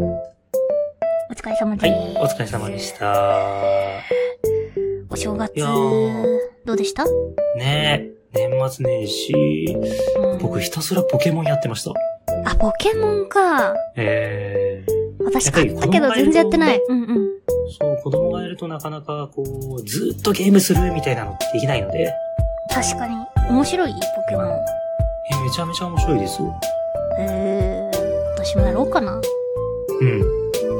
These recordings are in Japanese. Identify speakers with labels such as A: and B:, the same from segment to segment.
A: お疲れ様
B: は
A: で
B: い
A: す。、
B: お疲れ様でした。
A: お正月
B: いやー、
A: どうでした、
B: ねえ、年末年始、
A: うん
B: 僕ひたすらポケモンやってました。
A: あ、ポケモンか。
B: えー、
A: 私
B: やっぱ
A: 買
B: り
A: ったけど
B: 子供がい
A: 全
B: ると
A: 然やってない。うんうん。
B: そう、子供がいるとなかなかこう、ずっとゲームするみたいなのってできないので、
A: 確かに。面白いポケモン。
B: えめちゃめちゃ面白いですよ。
A: えー、私もやろうかな。
B: うん。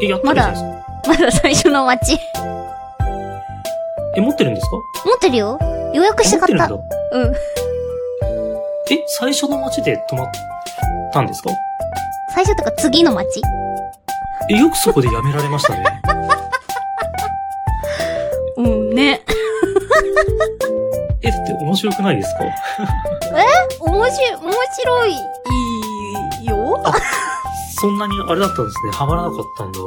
B: え、やってるじゃないですか。
A: まだ最初の街。
B: え、持ってるんですか
A: 持ってるよ。予約して
B: 持っ
A: 買っ
B: てるん
A: た。
B: だ。
A: うん。
B: え、最初の街で泊まったんですか
A: 最初とか次の街。
B: え、よくそこでやめられましたね。
A: うんね。
B: え、だって面白くないですか
A: 面白い、面白いよ。
B: そんなにあれだったんですね。ハマらなかったんだ。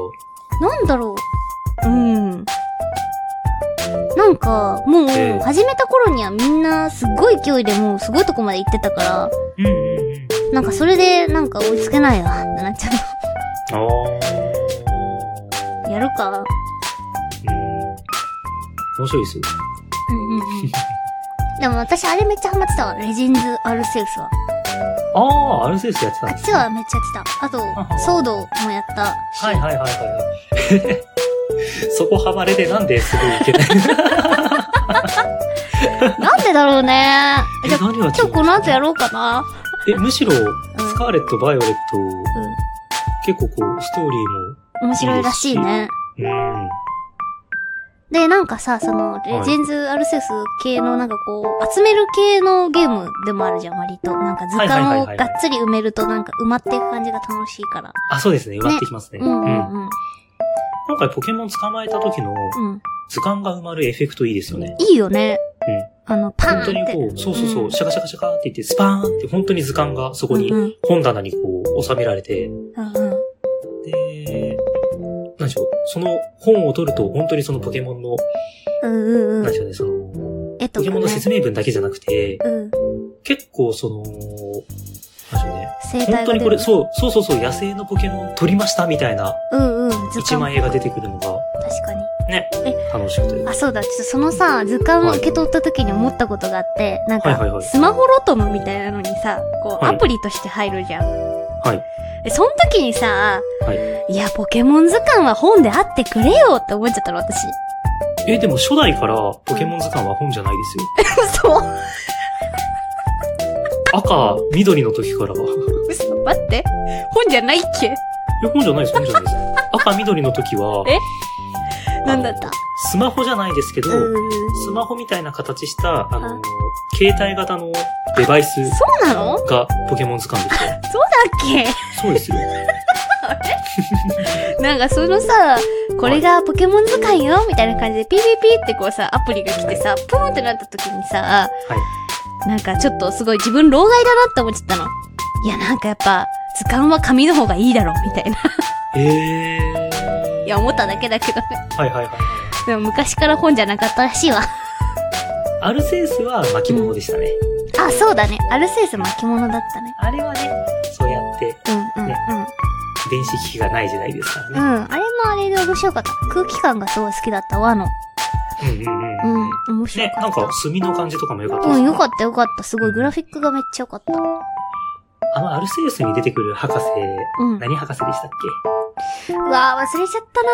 A: なんだろう。うん。なんか、もう、
B: ええ
A: 始めた頃にはみんなすっごい勢いでもうすごいとこまで行ってたから、
B: うんうんうん。
A: なんかそれでなんか追いつけないわってなっちゃ
B: あ
A: う。やるか。
B: ー。うん。面白いですよ。
A: うんうんうん。 でも私あれめっちゃハマってたわ。レジンズ・アルセウスは。
B: あー、アルセウスやってた
A: あ
B: ん
A: っ
B: です
A: ちはめっちゃやってた。あ と、ソードもやったし。
B: はいはいはいはい。そこハマれでなんですごいいけ ない。
A: なんでだろうね。
B: え、
A: じゃあ、
B: 何が
A: 今
B: 違
A: 日こ
B: う
A: の後やろうかな。
B: え、むしろ、スカーレット、バイオレット、結構こう、ストーリ
A: 面白いらしいね。
B: ーも、
A: で、なんかさ、その、
B: い
A: レジェンズ・アルセウス系のなんかこう、集める系のゲームでもあるじゃん、割と。なんか図
B: はいはい
A: 鑑
B: は
A: を
B: いは
A: が
B: い
A: っつり埋めるとなんか埋まっていく感じが楽しいから。
B: あ、そうですね。埋まってきますね。
A: うんう
B: うん
A: んうん。
B: 今回ポケモン捕まえた時の
A: うん。
B: 図鑑が埋まるエフェクトいいですよね。
A: いいよね。あの、パーン
B: 本当に
A: って。
B: こう、そうそうそうう、
A: ん
B: シャカシャカシャカって言って、スパーンって本当に図鑑がそこに
A: うんうん
B: 本棚にこう収められて、
A: うんうん。
B: で、何でしょう、その本を取ると本当にそのポケモンの、
A: うんうんう
B: 何
A: ん
B: で。しょうね、その、
A: えっと
B: ポケ
A: か
B: モンの
A: ね。
B: 説明文だけじゃなくて、
A: うん。
B: 結構その、何でしょうね、
A: 生
B: 本
A: 態
B: 当
A: が
B: に
A: 出
B: これ、
A: る。
B: そう、そうそうそう、野生のポケモン取りましたみたいな
A: うんうん。図
B: 一枚
A: 鑑。
B: 絵が出てくるのが、
A: 確かに。
B: ね
A: え、
B: 楽しくて。
A: あ、そうだ。ちょっとそのさ、図鑑を受け取った時に思ったことがあって、なん
B: はいはいは
A: か、
B: い
A: スマホロトムみたいなのにさ、こう、
B: は
A: ア
B: い
A: プリとして入るじゃん。
B: はい。
A: で、その時にさ、、
B: はい
A: や、ポケモン図鑑は本であってくれよって思っちゃったの、私。
B: え、でも初代からポケモン図鑑は本じゃないですよ。
A: 嘘
B: 赤、緑の時からは。
A: 嘘待って。本じゃないっけ
B: いや、本じゃないです、本じゃないです。赤、緑の時は、
A: え
B: あの
A: なんだった
B: スマホじゃないですけど、
A: うん。
B: スマホみたいな形した、あ
A: あ
B: の、携帯型のデバイス
A: そうなのだっ
B: がポケモン図鑑ですよ。
A: け
B: そうですよ。
A: なんかそのさ、これがポケモン図鑑よみたいな感じでピーピーピーってこうさ、アプリが来てさ、プーンってなった時にさ、
B: はい。
A: なんかちょっとすごい自分老害だなって思っちゃったの。いや、なんかやっぱ、図鑑は紙の方がいいだろ、みたいな。
B: えー。
A: いや、思っただけだけどね。
B: はいはいはいはい。
A: でも昔から本じゃなかったらしいわ。
B: アルセウスは巻物でしたね。
A: あ、そうだね。アルセウス巻物だったね。
B: あれはね、そうやって、
A: うんうんうん。
B: 電子機器がない時代ですか
A: う
B: らね。
A: ん。あれもあれで面白かった。空気感がすごい好きだった和の。
B: うんうんうん。
A: うん。面白
B: ね、
A: か
B: なん
A: っ
B: か
A: た。
B: 墨の感じとかも良かったで
A: う
B: す
A: ん、
B: ね
A: よかったよかった。すごい。グラフィックがめっちゃよかった。
B: あの、アルセウスに出てくる博士、
A: うん。うわ
B: 何博士でしたっ
A: ー、忘れちゃったな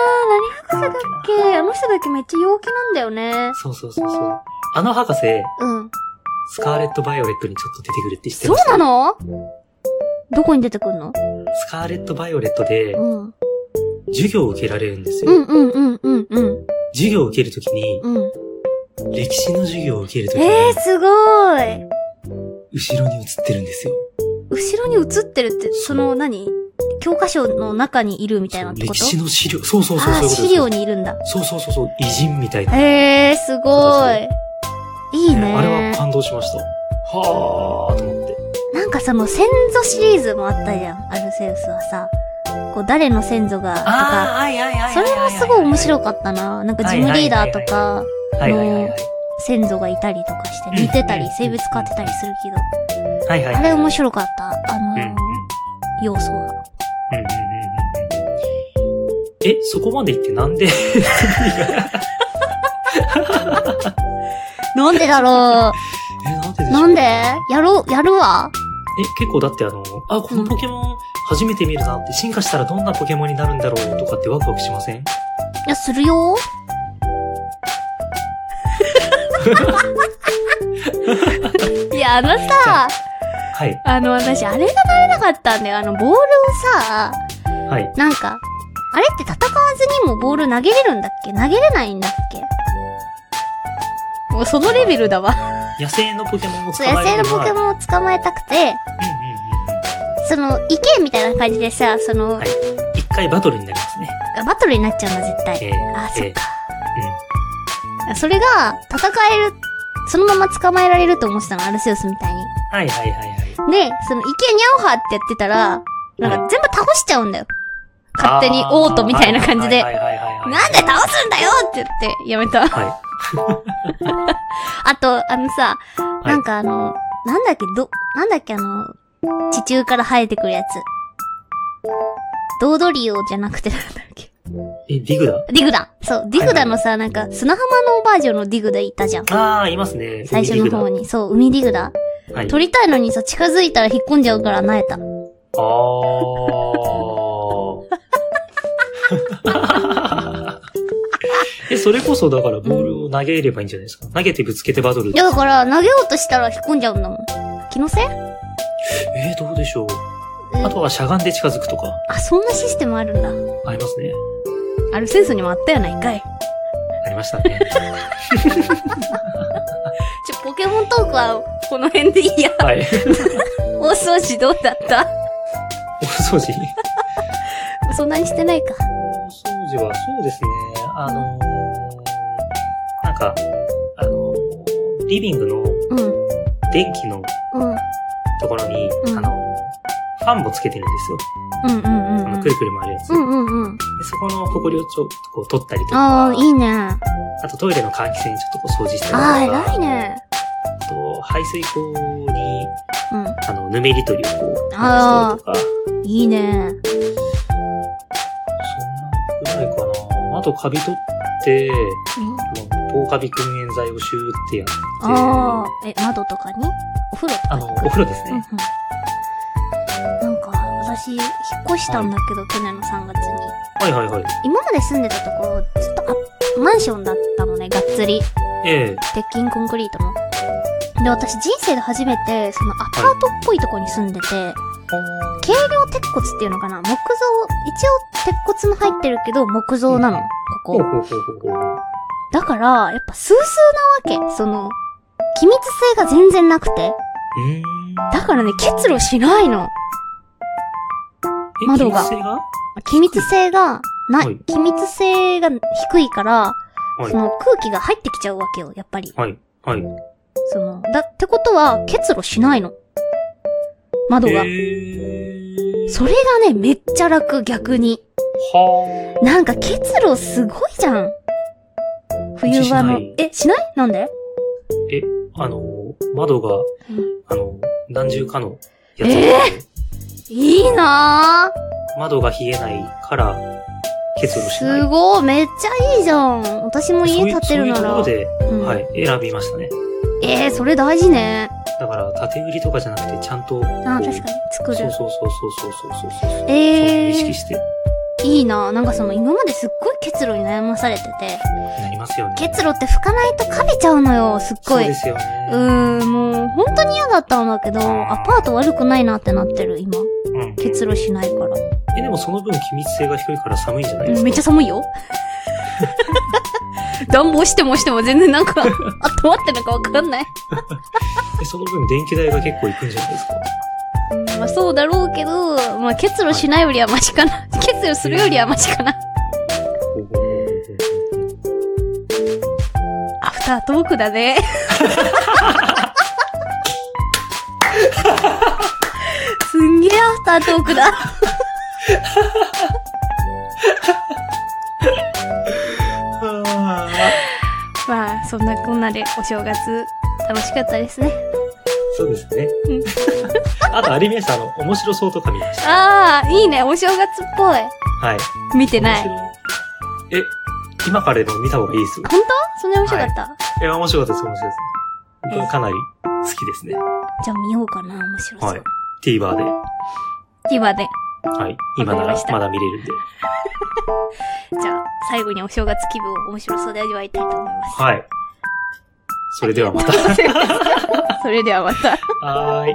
B: け
A: ー。何博士だっけあの人だけめっちゃ陽気なんだよね。
B: そうそうそうそう。あの博士、
A: うん。
B: スカーレット・バイオレットにちょっと出てくるって知って
A: そう
B: まし
A: な
B: た
A: のどこに出てくんの
B: スカーレット・バイオレットで
A: うん。
B: 授業を受けられるんですよ。
A: うんうんうんうんうん。
B: 授業を受けるときに、
A: うん。
B: 歴史の授業を受けるときに、
A: えー、すごい。
B: 後ろに映ってるんですよ。
A: 後ろに映ってるって、その何、教科書の中にいるみたいなってこと
B: 歴史の資料、そうそうそ
A: あ
B: う、そう
A: あ、
B: いうこと
A: 資料にいるんだ。
B: ですそうそうそうそう、偉人みたいな。
A: えー、すごい。いいね。
B: あれは感動しました。はーと思って。
A: なんかさ、もう先祖シリーズもあったじゃん、アルセウスはさ。こう、誰の先祖が、とか。
B: あー、はいはいは
A: それもすごい面白
B: い。
A: かったな。なんかジムリーダーとか、
B: はいはいはいはい。
A: 先祖がいたりとかして、似てたり、性別変わってたりするけど。
B: はいはい。
A: あれ面白かった。あの
B: うんうん。うんうんうんうん
A: 要素は。
B: うんえ、そこまで行ってなんで
A: なんでだろ
B: え、なんでで
A: う。
B: しょう
A: なんでやろう、やるわ。
B: え、結構だってあの、あ、このポケモン初めて見るなって、進化したらどんなポケモンになるんだろうとかってワクワクしません
A: いや、する よ。いや、あのさ、
B: はい、
A: あの、私、あれが慣れなかったんだよ。あの、ボールをさ、
B: はい。
A: なんか、あれって戦わずにもボール投げれるんだっけ投げれないんだっけもうそのレベルだわ。
B: 野生のポケモンを捕
A: そう、
B: ま
A: 野
B: え
A: 生の
B: るに
A: ポ
B: は
A: ケモンを捕まえたくて、
B: うんうんうん
A: その、行けみたいな感じでさ、その、
B: はい一回バトルになりますね。
A: バトルになっちゃうんだ、絶対。
B: えー
A: あ、そっか。
B: う
A: それが、戦える、そのまま捕まえられると思ってたの、アルセウスみたいに。
B: ん。はいはいはいはい。
A: で、その、池にゃおはってやってたら、なんか全部倒しちゃうんだよ。勝手に
B: あー
A: オートみたいな感じで
B: は。いはいはいはい、はい。
A: なんで倒すんだよって言って、やめた。
B: は
A: あと、あのさ、
B: い
A: なんかあの、なんだっけ、ど、なんだっけあの、地中から生えてくるやつ。ドードリオじゃなくてなんだっけ。
B: い。え、ディグだ
A: ディグダそう、ディグダのさ、なんか、砂浜のおばあちゃんのディグダいたじゃん。
B: あー、いますね。
A: 最初の方
B: に。
A: に。そう、海ディグダ
B: はい。
A: 取りたいのにさ、近づいたら引っ込んじゃうから、なえた。
B: あー。 え、それこそだからボールを投げればいいんじゃないですか。投げてぶつけてバトル。
A: いやだから、投げようとしたら引っ込んじゃうんだもん。気のせい
B: えー、どうでしょう。あとはしゃがんで近づくとか、
A: あ、そんなシステムあるんだ。
B: ありますね。
A: アルセウスにもあったやないかい。
B: ありましたね。
A: ちょ、ポケモントークは、この辺でい いや。
B: はい。
A: 大掃除どうだった
B: お掃除。
A: そんなにしてないか。
B: お掃除は、そうですね。あのー、なんか、あのー、リビングの
A: うん。
B: 電気の
A: うん。
B: ところに、
A: うん
B: あの、ファンもつけてるんですよ。
A: うんうんうん
B: あ
A: う
B: の、
A: ん
B: く。るくる回るやつ。
A: うんうんうん。
B: でそこの埃をちょっとこう取ったりとか、
A: ああ、いいね。
B: あとトイレの換気扇にちょっとこう掃除したりと
A: ああ、
B: か、
A: 偉いね。
B: あと排水口に、
A: うん。
B: あの、ぬめり取りをこう、
A: あ
B: 流したりとか、そ
A: いいね。
B: んなくらいかな。あとカビ取って、ポーカビ訓煙剤をシューってやって、
A: ああ、え、窓とかにお風呂とか
B: あ
A: に
B: の、お風呂です
A: うんうん
B: ね。
A: なんか、私、引っ越したんだけど、去年の3月に。
B: はいはいはい。
A: 今まで住んでたところ、ずっとあ、マンションだったのね、がっつり。
B: ええ
A: 鉄筋コンクリートの。で、私人生で初めて、そのアパートっぽいとこに住んでて、軽量鉄骨っていうのかな木造、一応鉄骨も入ってるけど、木造なの
B: うん、
A: ここ。
B: ほうほうほうほう。
A: だから、やっぱスースーなわけ。その、機密性が全然なくて。
B: うーん。
A: だからね、結露しないの。
B: え
A: 窓が
B: 気密性が
A: 機密性が、な
B: はい
A: い、機密性が低いから、
B: はい
A: その空気が入ってきちゃうわけよ、やっぱり。
B: はい。はい。
A: その、だってことは、結露しないの。窓が。
B: え
A: それがね、めっちゃ楽、逆に。
B: は
A: なんか結露すごいじゃん。冬場の
B: うちし。
A: え、しないなんで
B: あ。あの、窓が、あの、何重かのやつ、
A: いいなぁ。
B: 窓が冷えないから、結露しない。
A: すごい、めっちゃいいじゃん。私も家建てるなら。
B: そういうところで、
A: うん
B: はい、選びましたね。
A: えー、それ大事ね。
B: だから、縦売りとかじゃなくて、ちゃんと。
A: あー、確かに。作
B: そう
A: る。
B: そうそうそうそうそうそう。そう
A: え
B: 意識
A: ー、
B: して、
A: いいなぁ。なんかその、今まですっごい結露に悩まされてて、
B: なりますよね。
A: 結露って拭かないとカビちゃうのよ、すっ
B: そ
A: ご
B: う
A: い。
B: で
A: う
B: すよね。
A: ーん、もう、本当に嫌だったんだけど、アパート悪くないなってなってる、今。
B: うん。
A: 結露しないから。
B: え、でもその分、気密性が低いから寒いんじゃないですか。
A: めっちゃ寒いよ。暖房してもしても全然なんか、あとまってなんかわかんない。
B: えその分、電気代が結構いくんじゃないですか。
A: まあそうだろうけど、まあ結露しないよりはマシかな。結露するよりはマシかな。アフタートークだね。すんげえアフタートークだ。
B: は
A: まあそんなこんなでお正月楽しかったですね。
B: そうですね
A: うん
B: あと、アニメーション、あの、面白そうとか見ました。
A: ああ、いいね。お正月っぽい。
B: はい。
A: 見てない。
B: 面白い。え、今からでも見た方がいいですよ。
A: 本当そんな面白かった、
B: え、面白かったです、面白かったです。
A: うん
B: 僕かなり好きですね。
A: じゃあ見ようかな。面白そう。
B: はい TVer で。
A: 今ね。
B: はい。今な
A: わかりま
B: ら
A: した
B: まだ見れるんで。
A: じゃあ、最後にお正月気分を面白そうで味わいたいと思います。
B: はい。それではまた。
A: それではまた。
B: はーい。